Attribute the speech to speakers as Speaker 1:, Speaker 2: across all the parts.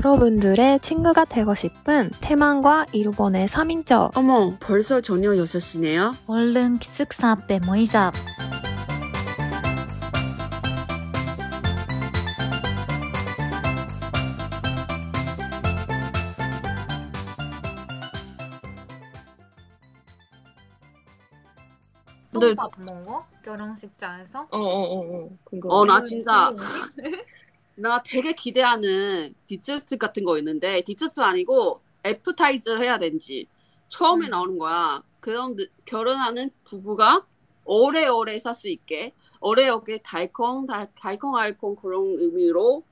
Speaker 1: 여러분들의 친구가 되고 싶은 태만과 일본의 3인조
Speaker 2: 어머, 벌써 저녁 6시네요?
Speaker 3: 얼른 기숙사 앞에 모이자.
Speaker 4: 너
Speaker 5: 너-
Speaker 2: 네.
Speaker 4: 밥 먹어? 결혼식장에서?
Speaker 5: 어어어어 그거
Speaker 2: 어, 나 진짜, 나 되게 기대하는 디저트 같은 거 있는데, 디저트 아니고, 애프타이저 해야 된지. 처음에
Speaker 4: 음.
Speaker 2: 나오는 거야. 그럼 느- 결혼하는 부부가 오래오래 살 수 있게, 오래오래 달콩, 달, 달콩알콩 그런 의미로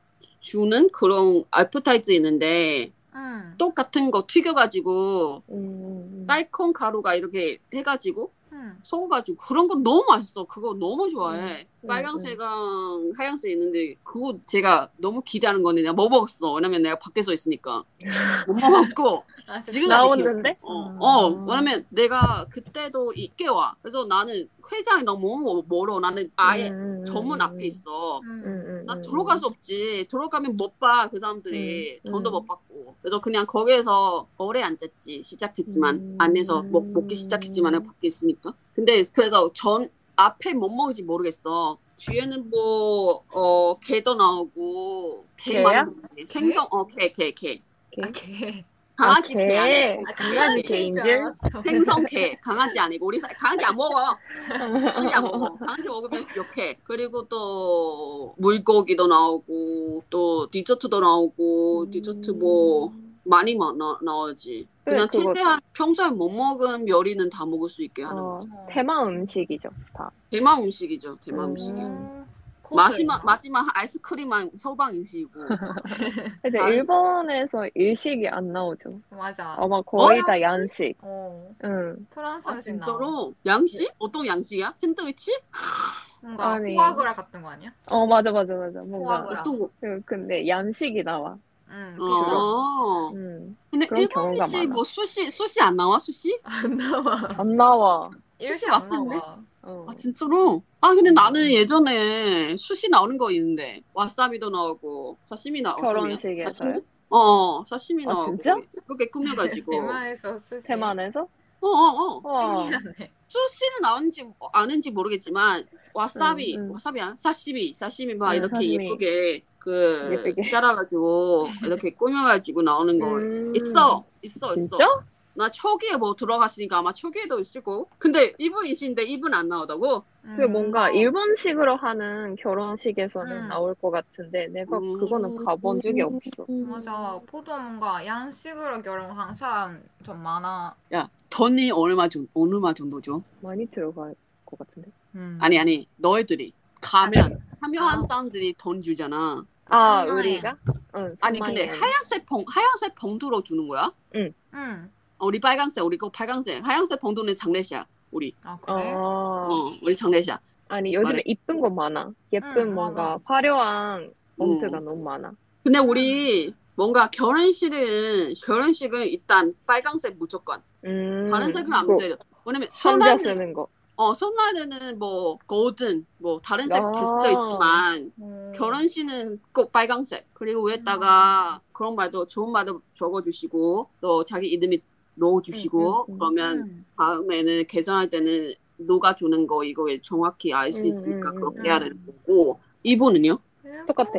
Speaker 2: 주는 그런 애프타이저 있는데,
Speaker 4: 응.
Speaker 2: 똑 같은 거 튀겨가지고,
Speaker 5: 음,
Speaker 2: 딸콩 가루가 이렇게 해가지고,
Speaker 4: 응.
Speaker 2: 섞어가지고 그런 건 너무 맛있어. 그거 너무 좋아해.
Speaker 5: 음,
Speaker 2: 빨강색이랑 하얀색 있는데 그거 제가 너무 기대하는 건데 내가 못 먹었어. 왜냐면 내가 밖에서 있으니까 못 먹었고
Speaker 4: 아, 진짜?
Speaker 2: 지금
Speaker 5: 나오는데? 음.
Speaker 2: 어, 어 왜냐면 내가 그때도 있게 와. 그래서 나는 회장이 너무 멀어. 나는 아예
Speaker 5: 음, 음,
Speaker 2: 정문
Speaker 5: 음,
Speaker 2: 앞에 있어.
Speaker 4: 응.
Speaker 5: 음, 음,
Speaker 2: 나
Speaker 5: 음.
Speaker 2: 들어갈 수 없지. 들어가면 못 봐. 그 사람들이
Speaker 5: 음,
Speaker 2: 돈도
Speaker 5: 음.
Speaker 2: 못 받고. 그래서 그냥 거기에서 오래 앉았지. 시작했지만
Speaker 5: 음.
Speaker 2: 안에서 먹, 먹기 시작했지만 밖에 있으니까. 근데 그래서 전 앞에 못 먹을지 모르겠어. 뒤에는 뭐 어, 개도 나오고 개
Speaker 5: 개야?
Speaker 2: 많이 먹지. 생선 어개개 개.
Speaker 4: 아, 개.
Speaker 2: 강아지
Speaker 5: 아, 개.
Speaker 2: 개 아니고
Speaker 4: 아,
Speaker 5: 강아지 개인
Speaker 4: 개인
Speaker 5: 줄?
Speaker 4: 줄 알았어.
Speaker 2: 생선 개 강아지 아니고 우리 사- 강아지 안 먹어. 강아지 안 먹어. 강아지 먹으면 욕해. 그리고 또 물고기도 나오고 또 디저트도 나오고 디저트 뭐 많이 마, 나, 나오지.
Speaker 5: 네,
Speaker 2: 그냥
Speaker 5: 음. 그거.
Speaker 2: 최대한 평소에 못 먹은 요리는 다 먹을 수 있게 하는
Speaker 5: 어,
Speaker 2: 거지.
Speaker 5: 대만 음식이죠 다.
Speaker 2: 대만 음식이죠. 대만
Speaker 5: 음.
Speaker 2: 음식이요.
Speaker 4: 음.
Speaker 2: 마지막 마지막 아이스크림만 서방 음식이고.
Speaker 5: 근데
Speaker 2: 다른-
Speaker 5: 일본에서 일식이 안 나오죠.
Speaker 4: 어, 맞아.
Speaker 5: 아마 거의
Speaker 2: 어?
Speaker 5: 다 양식. 음.
Speaker 4: 어.
Speaker 5: 응.
Speaker 4: 프랑스
Speaker 2: 아
Speaker 4: 음식 나와.
Speaker 2: 진짜로 양식?
Speaker 5: 네.
Speaker 2: 어떤 양식이야? 샌드위치?
Speaker 4: 뭔가
Speaker 5: 아니.
Speaker 4: 포아그라 같은 거 아니야?
Speaker 5: 어 맞아 맞아 맞아 뭔가.
Speaker 4: 포화구라.
Speaker 2: 어떤 거?
Speaker 5: 응, 근데 양식이 나와. 음.
Speaker 4: 응.
Speaker 2: 어.
Speaker 5: 응.
Speaker 2: 근데
Speaker 5: 음, 그런
Speaker 2: 일본
Speaker 5: 경우가
Speaker 2: 음식
Speaker 5: 많아.
Speaker 2: 뭐 수시 수시 안 나와 수시?
Speaker 4: 안 나와.
Speaker 5: 안 나와.
Speaker 4: 일식 안
Speaker 2: 맛있는데?
Speaker 4: 나와.
Speaker 5: 어.
Speaker 2: 아 진짜로? 아 근데 나는 예전에 수시 나오는 거 있는데 와사비도 나오고 사시미 나오고
Speaker 5: 결혼식에서요?
Speaker 2: 어 사시미
Speaker 5: 아,
Speaker 2: 나오고
Speaker 5: 진짜?
Speaker 2: 그게 꾸며가지고
Speaker 4: 대만에서 스시.
Speaker 5: 대만에서?
Speaker 2: 어. 어어어
Speaker 5: 와.
Speaker 4: 신기하네.
Speaker 2: 수시는 나온지 아는지 모르겠지만 와사비
Speaker 5: 음, 음.
Speaker 2: 와사비 안 사시미 사시미 막
Speaker 5: 음,
Speaker 2: 이렇게
Speaker 5: 사시미.
Speaker 2: 예쁘게 그
Speaker 5: 예쁘게.
Speaker 2: 잘라가지고 이렇게 꾸며가지고 나오는 거
Speaker 5: 음.
Speaker 2: 있어 있어 있어
Speaker 5: 진짜?
Speaker 2: 나 초기에 뭐 들어갔으니까 아마 초기에도 있을 거고 근데 이분이신데 이분 안 나오다고
Speaker 4: 음.
Speaker 5: 그 뭔가 일본식으로 하는 결혼식에서는
Speaker 4: 음.
Speaker 5: 나올 것 같은데 내가
Speaker 2: 음.
Speaker 5: 그거는 가본 적이 없어.
Speaker 4: 맞아. 포도 뭔가 양식으로 결혼한 사람 좀 많아.
Speaker 2: 야, 돈이 얼마 정 얼마 정도죠?
Speaker 5: 많이 들어갈 것 같은데.
Speaker 4: 음.
Speaker 2: 아니 아니, 너희들이 가면 참여한
Speaker 4: 아.
Speaker 2: 사람들이 돈 주잖아.
Speaker 5: 아
Speaker 4: 삼만 엔.
Speaker 5: 우리가? 응.
Speaker 2: 아니
Speaker 5: 삼만
Speaker 2: 근데
Speaker 5: 엔.
Speaker 2: 하얀색 봉 하얀색 봉투로 주는 거야?
Speaker 4: 응.
Speaker 2: 어, 우리 빨강색, 우리 거 빨강색, 하얀색 봉투는 장례식이야. 우리,
Speaker 4: 아 그래?
Speaker 5: 아
Speaker 2: 어, 우리 장례식이야.
Speaker 5: 아니 요즘에
Speaker 2: 말해.
Speaker 5: 이쁜 거 많아. 예쁜
Speaker 4: 응,
Speaker 5: 뭔가
Speaker 4: 맞아.
Speaker 5: 화려한 봉투가
Speaker 2: 음.
Speaker 5: 너무 많아.
Speaker 2: 근데 우리 뭔가 결혼식은 결혼식은 일단 빨강색 무조건.
Speaker 5: 음.
Speaker 2: 다른 색은 안
Speaker 5: 그거
Speaker 2: 돼요. 왜냐면
Speaker 5: 혼자
Speaker 2: 설날에는
Speaker 5: 쓰는 거.
Speaker 2: 어 설날에는 뭐 골든 뭐 다른 색 될 수도
Speaker 5: 아.
Speaker 2: 있지만
Speaker 4: 음.
Speaker 2: 결혼식은 꼭 빨강색. 그리고 위에다가
Speaker 5: 음.
Speaker 2: 그런 말도 좋은 말도 적어주시고 또 자기 이름이 넣어주시고
Speaker 5: 음, 음, 음.
Speaker 2: 그러면
Speaker 4: 음.
Speaker 2: 다음에는 계산할 때는 누가 주는 거 이거 정확히 알 수
Speaker 5: 음,
Speaker 2: 있으니까
Speaker 5: 음,
Speaker 2: 그렇게
Speaker 4: 음.
Speaker 2: 해야 되는 거고 이분은요?
Speaker 4: 일본-
Speaker 5: 똑같아.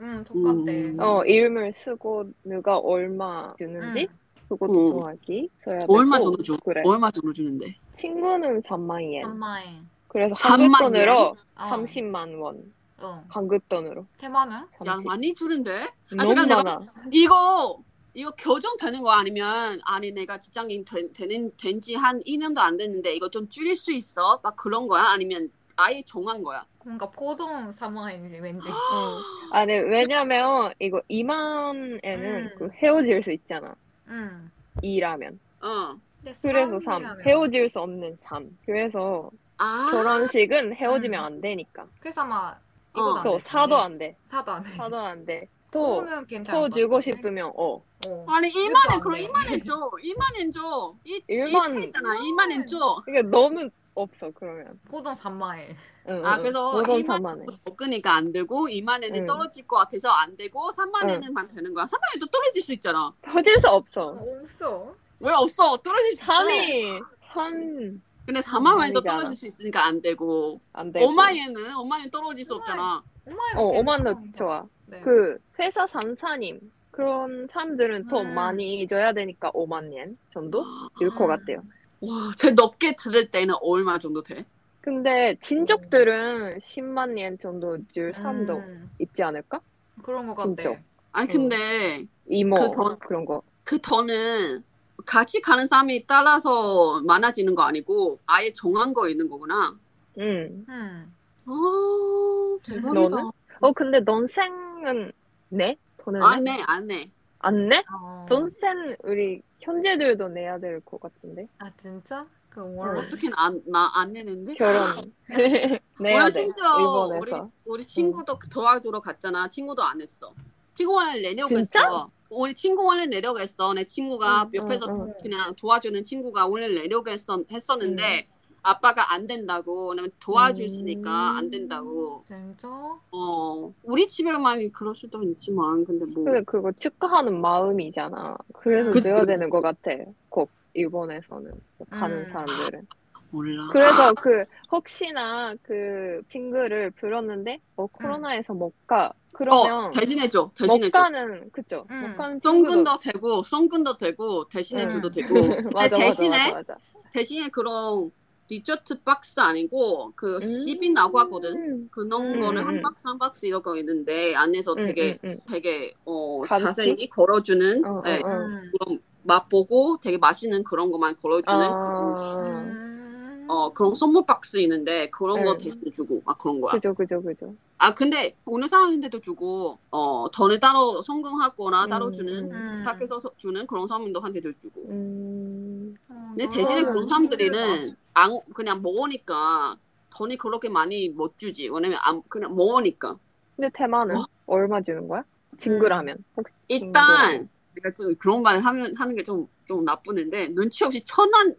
Speaker 4: 응 똑같아.
Speaker 2: 음.
Speaker 5: 어 이름을 쓰고 누가 얼마 주는지
Speaker 4: 응.
Speaker 5: 그것도
Speaker 2: 음.
Speaker 5: 정확히 써야 되고.
Speaker 2: 얼마 정도 주?
Speaker 5: 아, 네. 어, 그래.
Speaker 2: 얼마 음. 정도 주는데?
Speaker 5: 친구는 3만 엔.
Speaker 4: 엄마의.
Speaker 5: 그래서
Speaker 2: 3만
Speaker 5: 한국 돈으로
Speaker 2: 아.
Speaker 4: 어.
Speaker 5: 30만 원.
Speaker 4: 어.
Speaker 5: 한국 돈으로.
Speaker 4: 대만은?
Speaker 2: 야
Speaker 5: 30.
Speaker 2: 많이 주는데?
Speaker 5: 너무
Speaker 2: 잠깐, 잠깐.
Speaker 5: 많아.
Speaker 2: 이거 이거 교정되는 거 아니면 아니 내가 직장인 된, 되는 된지 한 2년도 안 됐는데 이거 좀 줄일 수 있어? 막 그런 거야? 아니면 아예 정한 거야?
Speaker 4: 뭔가 포동 사마인지 왠지.
Speaker 5: 어. 아니 왜냐면 이거 2만에는
Speaker 4: 음.
Speaker 5: 그 헤어질 수 있잖아.
Speaker 4: 응.
Speaker 5: 이라면.
Speaker 2: 어.
Speaker 4: 근데
Speaker 5: 그래서 3.
Speaker 4: 사람이라면-
Speaker 5: 헤어질 수 없는 3. 그래서
Speaker 2: 아.
Speaker 5: 결혼식은 헤어지면
Speaker 4: 음.
Speaker 5: 안 되니까.
Speaker 4: 그래서 막
Speaker 2: 어.
Speaker 4: 이거
Speaker 5: 또 사도 안 돼.
Speaker 4: 사도 안 해.
Speaker 5: 사도 안 돼. 또,
Speaker 4: 포는 괜찮아.
Speaker 5: 또 주고 싶으면 어.
Speaker 4: 어.
Speaker 2: 아니
Speaker 4: 그래도
Speaker 2: 2만엔
Speaker 4: 안
Speaker 2: 그럼
Speaker 4: 돼.
Speaker 2: 2만엔 줘. 2만엔 줘. 이,
Speaker 5: 일만-
Speaker 2: 이 차이잖아. 2만엔 줘.
Speaker 5: 그러니까 너무 없어 그러면.
Speaker 4: 보통 3마일.
Speaker 5: 응,
Speaker 2: 아
Speaker 5: 응.
Speaker 2: 그래서
Speaker 5: 모던
Speaker 2: 2만에는
Speaker 5: 산만에.
Speaker 2: 적으니까 안 되고 2만에는
Speaker 5: 응.
Speaker 2: 떨어질 것 같아서 안 되고 3만에는만 되는 거야. 3만에도 떨어질 수 있잖아.
Speaker 5: 터질 수 없어.
Speaker 4: 없어.
Speaker 2: 왜 없어? 떨어질 수 있어.
Speaker 5: 3이 3.
Speaker 2: 근데 4만에도
Speaker 5: 아니잖아. 네,
Speaker 2: 떨어질 수 있으니까 안 되고
Speaker 5: 안 돼.
Speaker 2: 5만에는 5만에 떨어질 수 없잖아.
Speaker 4: 5마일.
Speaker 5: 어, 5만 원 좋아.
Speaker 4: 네.
Speaker 5: 그 회사 상사님 그런 사람들은 더
Speaker 4: 음.
Speaker 5: 많이 줘야 되니까 5만 엔 정도 일 것
Speaker 4: 음.
Speaker 5: 같아요.
Speaker 2: 와, 제 넓게 들을 때는 얼마 정도 돼?
Speaker 5: 근데 친족들은 10만 엔 정도 줄 사람도
Speaker 4: 음,
Speaker 5: 있지 않을까?
Speaker 4: 그런 것 같아.
Speaker 5: 진짜.
Speaker 2: 아니
Speaker 5: 어.
Speaker 2: 근데
Speaker 5: 이모
Speaker 2: 그 돈-
Speaker 5: 그런 거.
Speaker 2: 그 더는 같이 가는 사람이 따라서 많아지는 거 아니고 아예 정한 거 있는 거구나.
Speaker 5: 응.
Speaker 4: 음.
Speaker 2: 어,
Speaker 5: 너는?
Speaker 2: 대박이다.
Speaker 5: 어 근데 동생은 내 돈을
Speaker 2: 안
Speaker 5: 내?
Speaker 2: 내, 안 내.
Speaker 5: 안 내?
Speaker 4: 어.
Speaker 5: 동생 우리 형제들도 내야 될 것 같은데
Speaker 4: 아 진짜? 그
Speaker 5: 응.
Speaker 4: 월.
Speaker 2: 어떻게 나안 내는데?
Speaker 5: 결혼 내야
Speaker 2: 우리
Speaker 5: 돼
Speaker 2: 아. 심지어 우리
Speaker 5: 일본에서.
Speaker 2: 우리 친구도 도와주러 갔잖아. 친구도 안 했어. 친구원을 내려고
Speaker 5: 진짜?
Speaker 2: 했어. 우리 친구원을 내려고 했어. 내 친구가
Speaker 4: 응,
Speaker 2: 옆에서
Speaker 5: 응,
Speaker 4: 응.
Speaker 2: 그냥 도와주는 친구가 오늘 내려고 했었는데 아빠가 안 된다고. 왜냐면 도와줄
Speaker 5: 음.
Speaker 2: 수니까 안 된다고.
Speaker 4: 진짜?
Speaker 2: 어, 우리 집에만 그럴 수도 있지만, 근데 뭐.
Speaker 5: 근데 그거 축하하는 마음이잖아. 그래서
Speaker 2: 그치,
Speaker 5: 줘야
Speaker 2: 그치.
Speaker 5: 되는 것 같아. 꼭 일본에서는 가는
Speaker 4: 음.
Speaker 5: 사람들은.
Speaker 2: 몰라.
Speaker 5: 그래서 그 혹시나 그 친구를 불렀는데
Speaker 4: 음.
Speaker 5: 뭐 코로나에서 못 가.
Speaker 2: 어,
Speaker 5: 그러면
Speaker 2: 대신해줘.
Speaker 5: 못
Speaker 2: 대신해줘.
Speaker 5: 가는 그쵸?
Speaker 4: 음.
Speaker 5: 못 가는 친구도
Speaker 2: 썬근도 되고, 썬근도 되고, 대신해줘도
Speaker 4: 음.
Speaker 2: 되고. 근데
Speaker 5: 맞아, 맞아,
Speaker 2: 대신에,
Speaker 5: 맞아, 맞아.
Speaker 2: 대신에 그런 디저트 박스 아니고, 그
Speaker 5: 음.
Speaker 2: 씹이 나고 하거든.
Speaker 5: 음,
Speaker 2: 그런
Speaker 5: 음,
Speaker 2: 거를
Speaker 5: 음,
Speaker 2: 한
Speaker 5: 음.
Speaker 2: 박스 한 박스 이런 거 있는데, 안에서 어, 되게,
Speaker 5: 음, 음.
Speaker 2: 되게, 어,
Speaker 5: 간식?
Speaker 2: 자세히 걸어주는,
Speaker 5: 어,
Speaker 2: 예,
Speaker 5: 어, 어.
Speaker 4: 음.
Speaker 2: 그런 맛보고 되게 맛있는 그런 것만 걸어주는, 그런,
Speaker 5: 아,
Speaker 4: 음.
Speaker 2: 어, 그런 선물 박스 있는데, 그런 거
Speaker 5: 음.
Speaker 2: 대신해주고, 막 그런 거야.
Speaker 5: 그죠, 그죠, 그죠.
Speaker 2: 아 근데 오늘 상황인데도 주고 어 돈을 따로 성공하거나 따로
Speaker 5: 음,
Speaker 2: 주는
Speaker 5: 음.
Speaker 2: 부탁해서 서- 주는 그런 사람도 한테도 주고
Speaker 5: 음,
Speaker 2: 근데 대신에
Speaker 5: 그거는
Speaker 4: 아,
Speaker 2: 그런 사람들이는 안 그냥 먹으니까 돈이 그렇게 많이 못 주지 왜냐면 안 그냥 먹으니까
Speaker 5: 근데 대만은
Speaker 2: 어? 음.
Speaker 5: 얼마 주는 거야? 친구라면.
Speaker 4: 음.
Speaker 5: 혹시
Speaker 2: 일단 내가 좀 그런 말을 하면 하는 게 좀 좀 나쁘는데 눈치 없이 천원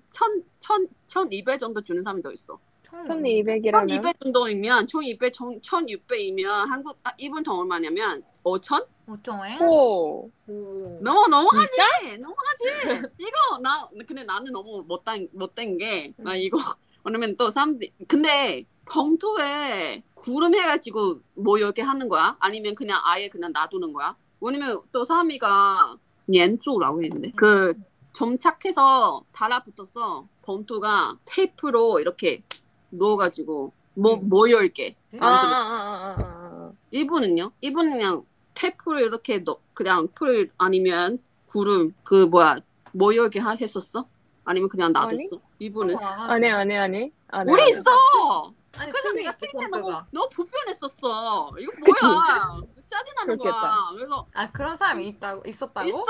Speaker 2: 천천천 이백 정도 주는 사람이 더 있어
Speaker 4: 처음
Speaker 5: 1200이라면?
Speaker 2: 1200 정도이면 총 200 총 1600이면 한국 아, 일본 돈 얼마냐면 뭐5000
Speaker 4: 5,000엔?
Speaker 5: 어. 오,
Speaker 4: 오.
Speaker 2: 너무 너무하지 너무하지 이거 나 근데 나는 너무 못된 못된 게 나 이거 왜냐면 또 사람들 근데 봉투에 구름 해가지고 뭐 이렇게 하는 거야 아니면 그냥 아예 그냥 놔두는 거야 왜냐면 또 사람이가 연주라고 했는데 그 점착해서 달라붙었어 봉투가 테이프로 이렇게 넣어가지고 뭐 모여 있게
Speaker 4: 네.
Speaker 5: 아, 아,
Speaker 2: 만들어
Speaker 5: 아, 아, 아, 아.
Speaker 2: 이분은요? 이분은 그냥 테프를 이렇게 넣, 그냥 풀 아니면 구름 그 뭐야 모여게 하- 했었어? 아니면 그냥 놔뒀어?
Speaker 5: 아니?
Speaker 2: 이분은
Speaker 5: 아니, 네, 아니, 아니. 아니,
Speaker 2: 우리
Speaker 5: 아니.
Speaker 2: 있어.
Speaker 4: 아니,
Speaker 2: 그래서
Speaker 4: 틀리지,
Speaker 2: 내가 쓸 때 너무
Speaker 4: 꼼꼼하다.
Speaker 2: 너무 불편했었어. 이거
Speaker 5: 그치?
Speaker 2: 뭐야? 짜증나는 거야.
Speaker 5: 그렇겠다.
Speaker 2: 그래서
Speaker 4: 아 그런 사람이 있다고 있었다고?
Speaker 2: 있어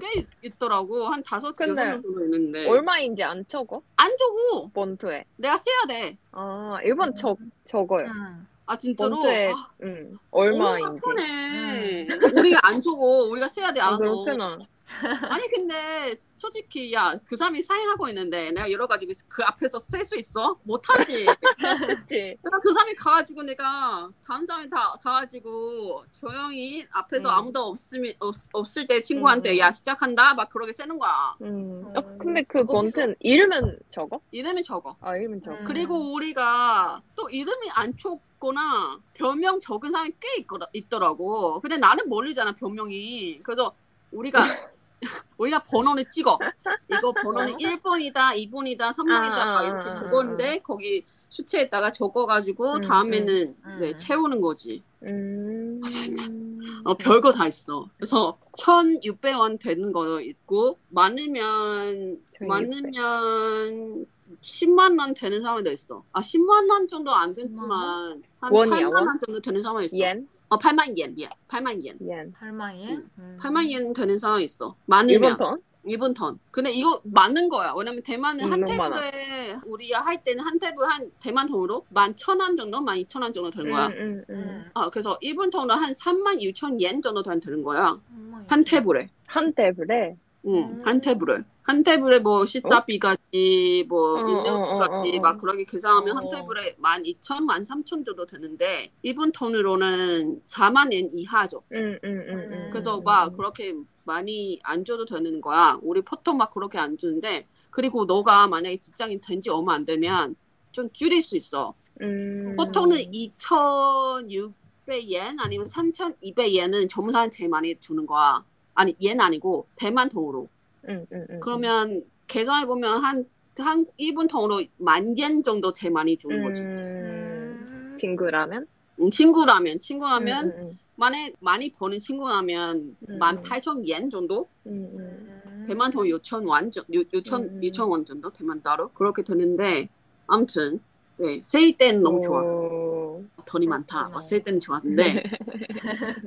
Speaker 2: 꽤 있- 있더라고 한 다섯 개
Speaker 5: 근데
Speaker 2: 정도 있는데
Speaker 5: 얼마인지 안 적어?
Speaker 2: 안 주고
Speaker 5: 본투에.
Speaker 2: 내가 써야 돼.
Speaker 5: 아,
Speaker 2: 음.
Speaker 5: 일본 적, 적어요.
Speaker 4: 응.
Speaker 2: 아 진짜로.
Speaker 5: 본투에,
Speaker 2: 아,
Speaker 5: 음,
Speaker 2: 얼마나
Speaker 5: 얼마인지. 음.
Speaker 2: 편해. 우리가 안 주고 우리가 써야 돼
Speaker 5: 아,
Speaker 2: 알아서.
Speaker 5: 그렇구나.
Speaker 2: 아니 근데 솔직히 야 그 사람이 사인하고 있는데 내가 여러 가지 그 앞에서 쓸 수 있어? 못하지.
Speaker 5: 그치.
Speaker 2: 그러니까 그 사람이 가가지고 내가 다른 사람이 다 가가지고 조용히 앞에서
Speaker 5: 음.
Speaker 2: 아무도 없으면 없, 없을 때 친구한테
Speaker 5: 음.
Speaker 2: 야 시작한다 막 그러게 쓰는 거야.
Speaker 5: 음.
Speaker 4: 어,
Speaker 5: 어, 근데 그 본투는 이름은 적어?
Speaker 2: 이름이 적어.
Speaker 5: 아, 이름은 적어.
Speaker 4: 음.
Speaker 2: 그리고 우리가 또 이름이 안 적거나 변명 적은 사람이 꽤 있거라, 있더라고. 근데 나는 모르잖아 변명이. 그래서 우리가 우리가 번호를 찍어. 이거 번호는 1번이다, 2번이다, 3번이다 막
Speaker 5: 아, 아, 아,
Speaker 2: 이렇게 적었는데 거기 수채에다가 적어가지고
Speaker 5: 음,
Speaker 2: 다음에는
Speaker 4: 음,
Speaker 2: 네,
Speaker 4: 음.
Speaker 2: 채우는 거지.
Speaker 5: 음.
Speaker 2: 어, 아, 별거 다 있어. 그래서 1,600원 되는 거 있고 많으면
Speaker 5: 1600.
Speaker 2: 많으면 10만 원 되는 사람도 있어. 아 10만 원 정도 안 됐지만 한
Speaker 5: 원이야, 예.
Speaker 2: 8만
Speaker 5: 원?
Speaker 2: 원 정도 되는 사람 있어.
Speaker 5: 옌?
Speaker 2: 어 8만 옌, 예, 8만 옌,
Speaker 5: 옌.
Speaker 4: 8만엔? 음.
Speaker 2: 8만 옌 되는 사람 있어.
Speaker 5: 일본
Speaker 2: 많으면
Speaker 5: 돈?
Speaker 2: 일본 돈. 근데 이거 많은 거야. 왜냐면 대만은
Speaker 5: 음,
Speaker 2: 한
Speaker 5: 너무 많아.
Speaker 2: 테이블에 우리가 할 때는 한 테이블 한 대만 돈으로 11,000원 정도, 12,000원 정도 되는 거야.
Speaker 5: 음, 음, 음.
Speaker 4: 음.
Speaker 2: 아 그래서 일본 돈은 한 36,000옌 정도 되는 거야.
Speaker 4: 엄마,
Speaker 2: 한
Speaker 5: 음.
Speaker 4: 이거.
Speaker 2: 테이블에.
Speaker 5: 한 테이블에?
Speaker 2: 응,
Speaker 5: 음.
Speaker 2: 한 테이블에. 한 테이블에 뭐 시사비까지 뭐
Speaker 5: 어,
Speaker 2: 인력까지
Speaker 5: 어, 어, 어.
Speaker 2: 막 그렇게 계산하면
Speaker 5: 어.
Speaker 2: 한 테이블에 12,000, 13,000 정도 되는데 일본 돈으로는 4만 엔 이하죠.
Speaker 5: 음, 음, 음, 음.
Speaker 2: 그래서 막 그렇게 많이 안 줘도 되는 거야. 우리 보통 막 그렇게 안 주는데 그리고 너가 만약에 직장인 된 지 얼마 안 되면 좀 줄일 수 있어.
Speaker 5: 음.
Speaker 2: 보통은 2,600엔 아니면 3,200엔은 전문사한테 제일 많이 주는 거야. 아니 엔 아니고 대만 돈으로.
Speaker 5: 음, 음, 음.
Speaker 2: 그러면 계산해 보면 한한 일본 통으로 만엔 정도 제일 많이 주는 거지.
Speaker 5: 음.
Speaker 4: 음.
Speaker 5: 친구라면?
Speaker 2: 음, 친구라면 친구라면
Speaker 5: 음, 음,
Speaker 2: 만에 많이 버는 친구라면
Speaker 5: 음.
Speaker 2: 만 18,000엔 정도?
Speaker 5: 음, 음.
Speaker 4: 음.
Speaker 2: 대만 돈 6천 원, 정- 요- 요천
Speaker 5: 음.
Speaker 2: 2천 원 정도 대만 따로 그렇게 되는데 아무튼 네 세일 때는 너무 좋았어
Speaker 5: 오.
Speaker 2: 돈이 많다
Speaker 4: 그렇구나.
Speaker 2: 왔을 때는 좋았는데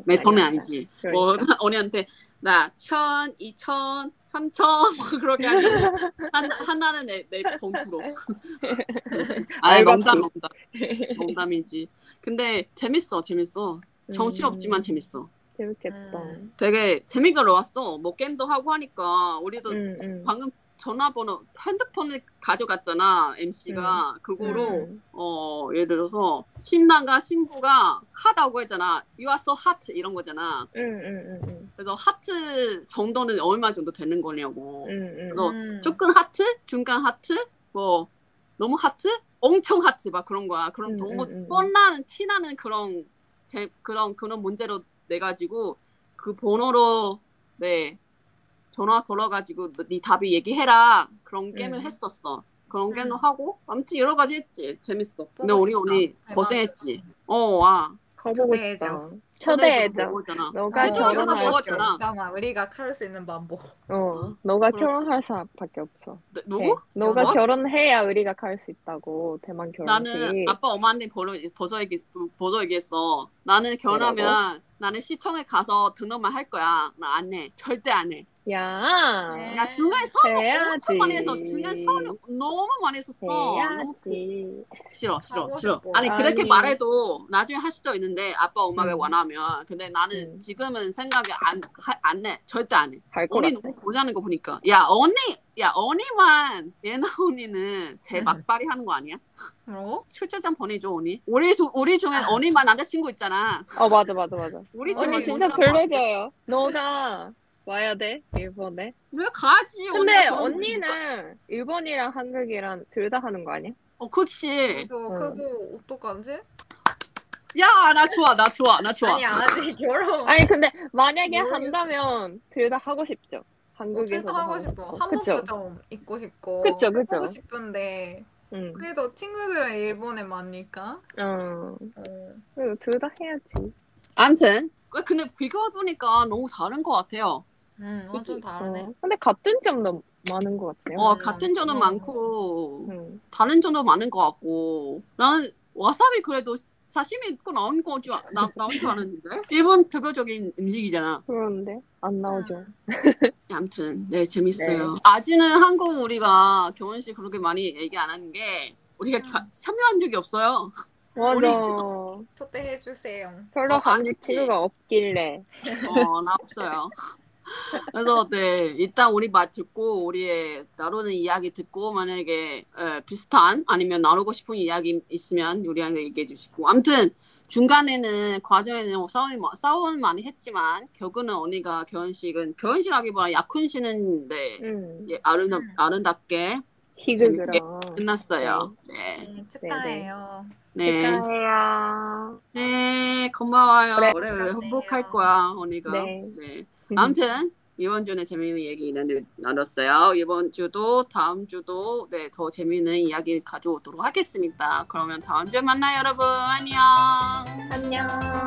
Speaker 2: 내 돈은 아니지
Speaker 5: 그러니까.
Speaker 2: 뭐 언니한테 나 천, 이천, 삼천 뭐 그렇게 하면 한 하나는 내내 봉투로 아
Speaker 5: 알바
Speaker 2: 농담
Speaker 5: 봉투.
Speaker 2: 농담 농담이지 근데 재밌어 재밌어 정신 없지만 재밌어
Speaker 5: 음. 재밌겠다.
Speaker 4: 음.
Speaker 2: 되게 재미가 나왔어 뭐 게임도 하고 하니까 우리도
Speaker 5: 음, 음.
Speaker 2: 방금 전화번호 핸드폰을 가져갔잖아 MC가 그거로
Speaker 5: 음.
Speaker 2: 어 예를 들어서 신랑과 신부가 하다고 했잖아 You are so hot 이런 거잖아
Speaker 5: 음, 음, 음,
Speaker 2: 그래서 하트 정도는 얼마 정도 되는 거냐고
Speaker 5: 음. 음,
Speaker 2: 그래서
Speaker 5: 음.
Speaker 4: 음.
Speaker 2: 조금 하트 중간 하트 뭐 너무 하트 엄청 하트 막 그런 거야 그럼
Speaker 5: 음,
Speaker 2: 너무
Speaker 5: 음, 음.
Speaker 2: 뻔나는 티나는 그런 제 그런 그런 문제로 내 가지고 그 번호로 네 전화 걸어가지고 네 답이 얘기해라 그런 게임을
Speaker 5: 음.
Speaker 2: 했었어 그런 게임을
Speaker 4: 음.
Speaker 2: 하고 아무튼 여러 가지 했지 재밌어 근데
Speaker 4: 보고
Speaker 2: 우리
Speaker 4: 싶다.
Speaker 2: 언니
Speaker 4: 대박.
Speaker 2: 고생했지 어와
Speaker 5: 가보고
Speaker 4: 초대해줘.
Speaker 5: 싶다.
Speaker 2: 초대해서
Speaker 5: 초대해줘.
Speaker 2: 먹었잖아
Speaker 5: 너가
Speaker 4: 어,
Speaker 5: 결혼할 때.
Speaker 2: 먹었잖아.
Speaker 4: 있잖아. 우리가 칼을 수 있는 방법.
Speaker 5: 어, 너가
Speaker 2: 그럼-
Speaker 5: 결혼할 사람밖에 없어.
Speaker 2: 너- 누구?
Speaker 5: 네. 너가
Speaker 2: 결혼?
Speaker 5: 결혼해야 우리가 갈 수 있다고 대만 결혼식.
Speaker 2: 나는 아빠 엄마한테 벌어 벌써 얘기 벌써 얘기했어. 나는 결혼하면 나는 시청에 가서 등록만 할 거야. 나 안 해. 절대 안 해.
Speaker 5: 야,
Speaker 4: 네.
Speaker 2: 나 중간에 서운을 엄청
Speaker 5: 해야지.
Speaker 2: 많이 했어. 중간에 서운을 너무 많이 했었어. 너무
Speaker 5: 해야지.
Speaker 2: 싫어 싫어
Speaker 4: 하고
Speaker 2: 싫어.
Speaker 4: 싶어.
Speaker 2: 아니 그렇게
Speaker 5: 아니.
Speaker 2: 말해도 나중에 할 수도 있는데 아빠 엄마가
Speaker 5: 음.
Speaker 2: 원하면. 근데 나는
Speaker 5: 음.
Speaker 2: 지금은 생각이 안안 해. 절대 안 해.
Speaker 5: 갈거
Speaker 2: 언니
Speaker 5: 같아.
Speaker 2: 너무 고자는 거 보니까 야 언니 야 언니만 예나 언니는
Speaker 5: 음.
Speaker 2: 제 막발이 하는 거 아니야?
Speaker 4: 어?
Speaker 2: 출제장 보내줘 언니. 우리 조- 우리 중에 언니만 남자친구 있잖아.
Speaker 5: 어, 맞아, 맞아, 맞아.
Speaker 2: 우리 중에
Speaker 5: 언니
Speaker 4: 언니
Speaker 5: 진짜
Speaker 2: 누구나 봐.
Speaker 5: 불러줘요. 너가 와야 돼, 일본에.
Speaker 2: 왜 가지?
Speaker 5: 근데
Speaker 2: 언니가 그런 거-
Speaker 5: 언니는 일본이랑 한국이랑 둘 다 하는 거 아니야?
Speaker 2: 어 그렇지.
Speaker 4: 그래도
Speaker 5: 어.
Speaker 4: 그거 어떡하지?
Speaker 2: 야 나 좋아 나 좋아 나 좋아.
Speaker 4: 아니 아직 결혼.
Speaker 5: 아니, 근데 만약에
Speaker 4: 모르겠어.
Speaker 5: 한다면 둘 다 하고 싶죠. 한국에서도
Speaker 4: 어쨌든 하고 싶어. 한국도
Speaker 5: 그쵸?
Speaker 4: 좀 있고 싶고.
Speaker 5: 그쵸, 그쵸.
Speaker 4: 하고 싶은데
Speaker 5: 응.
Speaker 4: 그래도 친구들은 일본에 많으니까.
Speaker 5: 어.
Speaker 4: 어.
Speaker 5: 그리고 둘 다 해야지.
Speaker 2: 아무튼 왜 근데 비교해 보니까 너무 다른 것 같아요.
Speaker 4: 음, 완전
Speaker 2: 그치?
Speaker 4: 다르네.
Speaker 5: 어. 근데 같은 점도 많은 것 같아요.
Speaker 2: 어
Speaker 4: 음,
Speaker 2: 같은 점은
Speaker 4: 음.
Speaker 2: 많고
Speaker 5: 응.
Speaker 2: 다른 점도 많은 것 같고 나는 와사비 그래도 사시미 입고 나온 거줄 아, 나 나온 줄 알았는데 일본 대표적인 음식이잖아.
Speaker 5: 그런데 안 나오죠.
Speaker 4: 음,
Speaker 2: 아무튼 네 재밌어요. 아직은 한국 우리가 경원씨 그렇게 많이 얘기 안 하는 게 우리가
Speaker 4: 음.
Speaker 2: 가- 참여한 적이 없어요.
Speaker 5: 맞아.
Speaker 4: 초대해 주세요.
Speaker 5: 별로
Speaker 2: 어,
Speaker 5: 안
Speaker 2: 아니지.
Speaker 4: 네.
Speaker 5: 친구가 없길래.
Speaker 2: 어, 나 없어요. 그래서 네 일단 우리 맛 듣고 우리의 나누는 이야기 듣고 만약에 에, 비슷한 아니면 나누고 싶은 이야기 있으면 우리한테 얘기해 주시고 아무튼 중간에는 과정에는 싸움이 마- 싸움을 많이 했지만 결국은 언니가 결혼식은 결혼식하기보다 약혼 씨는 네
Speaker 5: 응.
Speaker 2: 예, 아름답
Speaker 4: 음.
Speaker 2: 아름답게
Speaker 5: 희극으로.
Speaker 2: 끝났어요. 네.
Speaker 4: 음, 축하해요.
Speaker 2: 네.
Speaker 5: 축하해요.
Speaker 2: 네, 고마워요.
Speaker 5: 그래.
Speaker 2: 올해 왜
Speaker 4: 그러네요.
Speaker 2: 행복할 거야, 언니가.
Speaker 5: 네.
Speaker 2: 네. 아무튼 이번 주는 재미있는 얘기 나누- 나눴어요. 이번 주도 다음 주도 네, 더 재미있는 이야기 가져오도록 하겠습니다. 그러면 다음 주에 만나요, 여러분. 안녕.
Speaker 5: 안녕.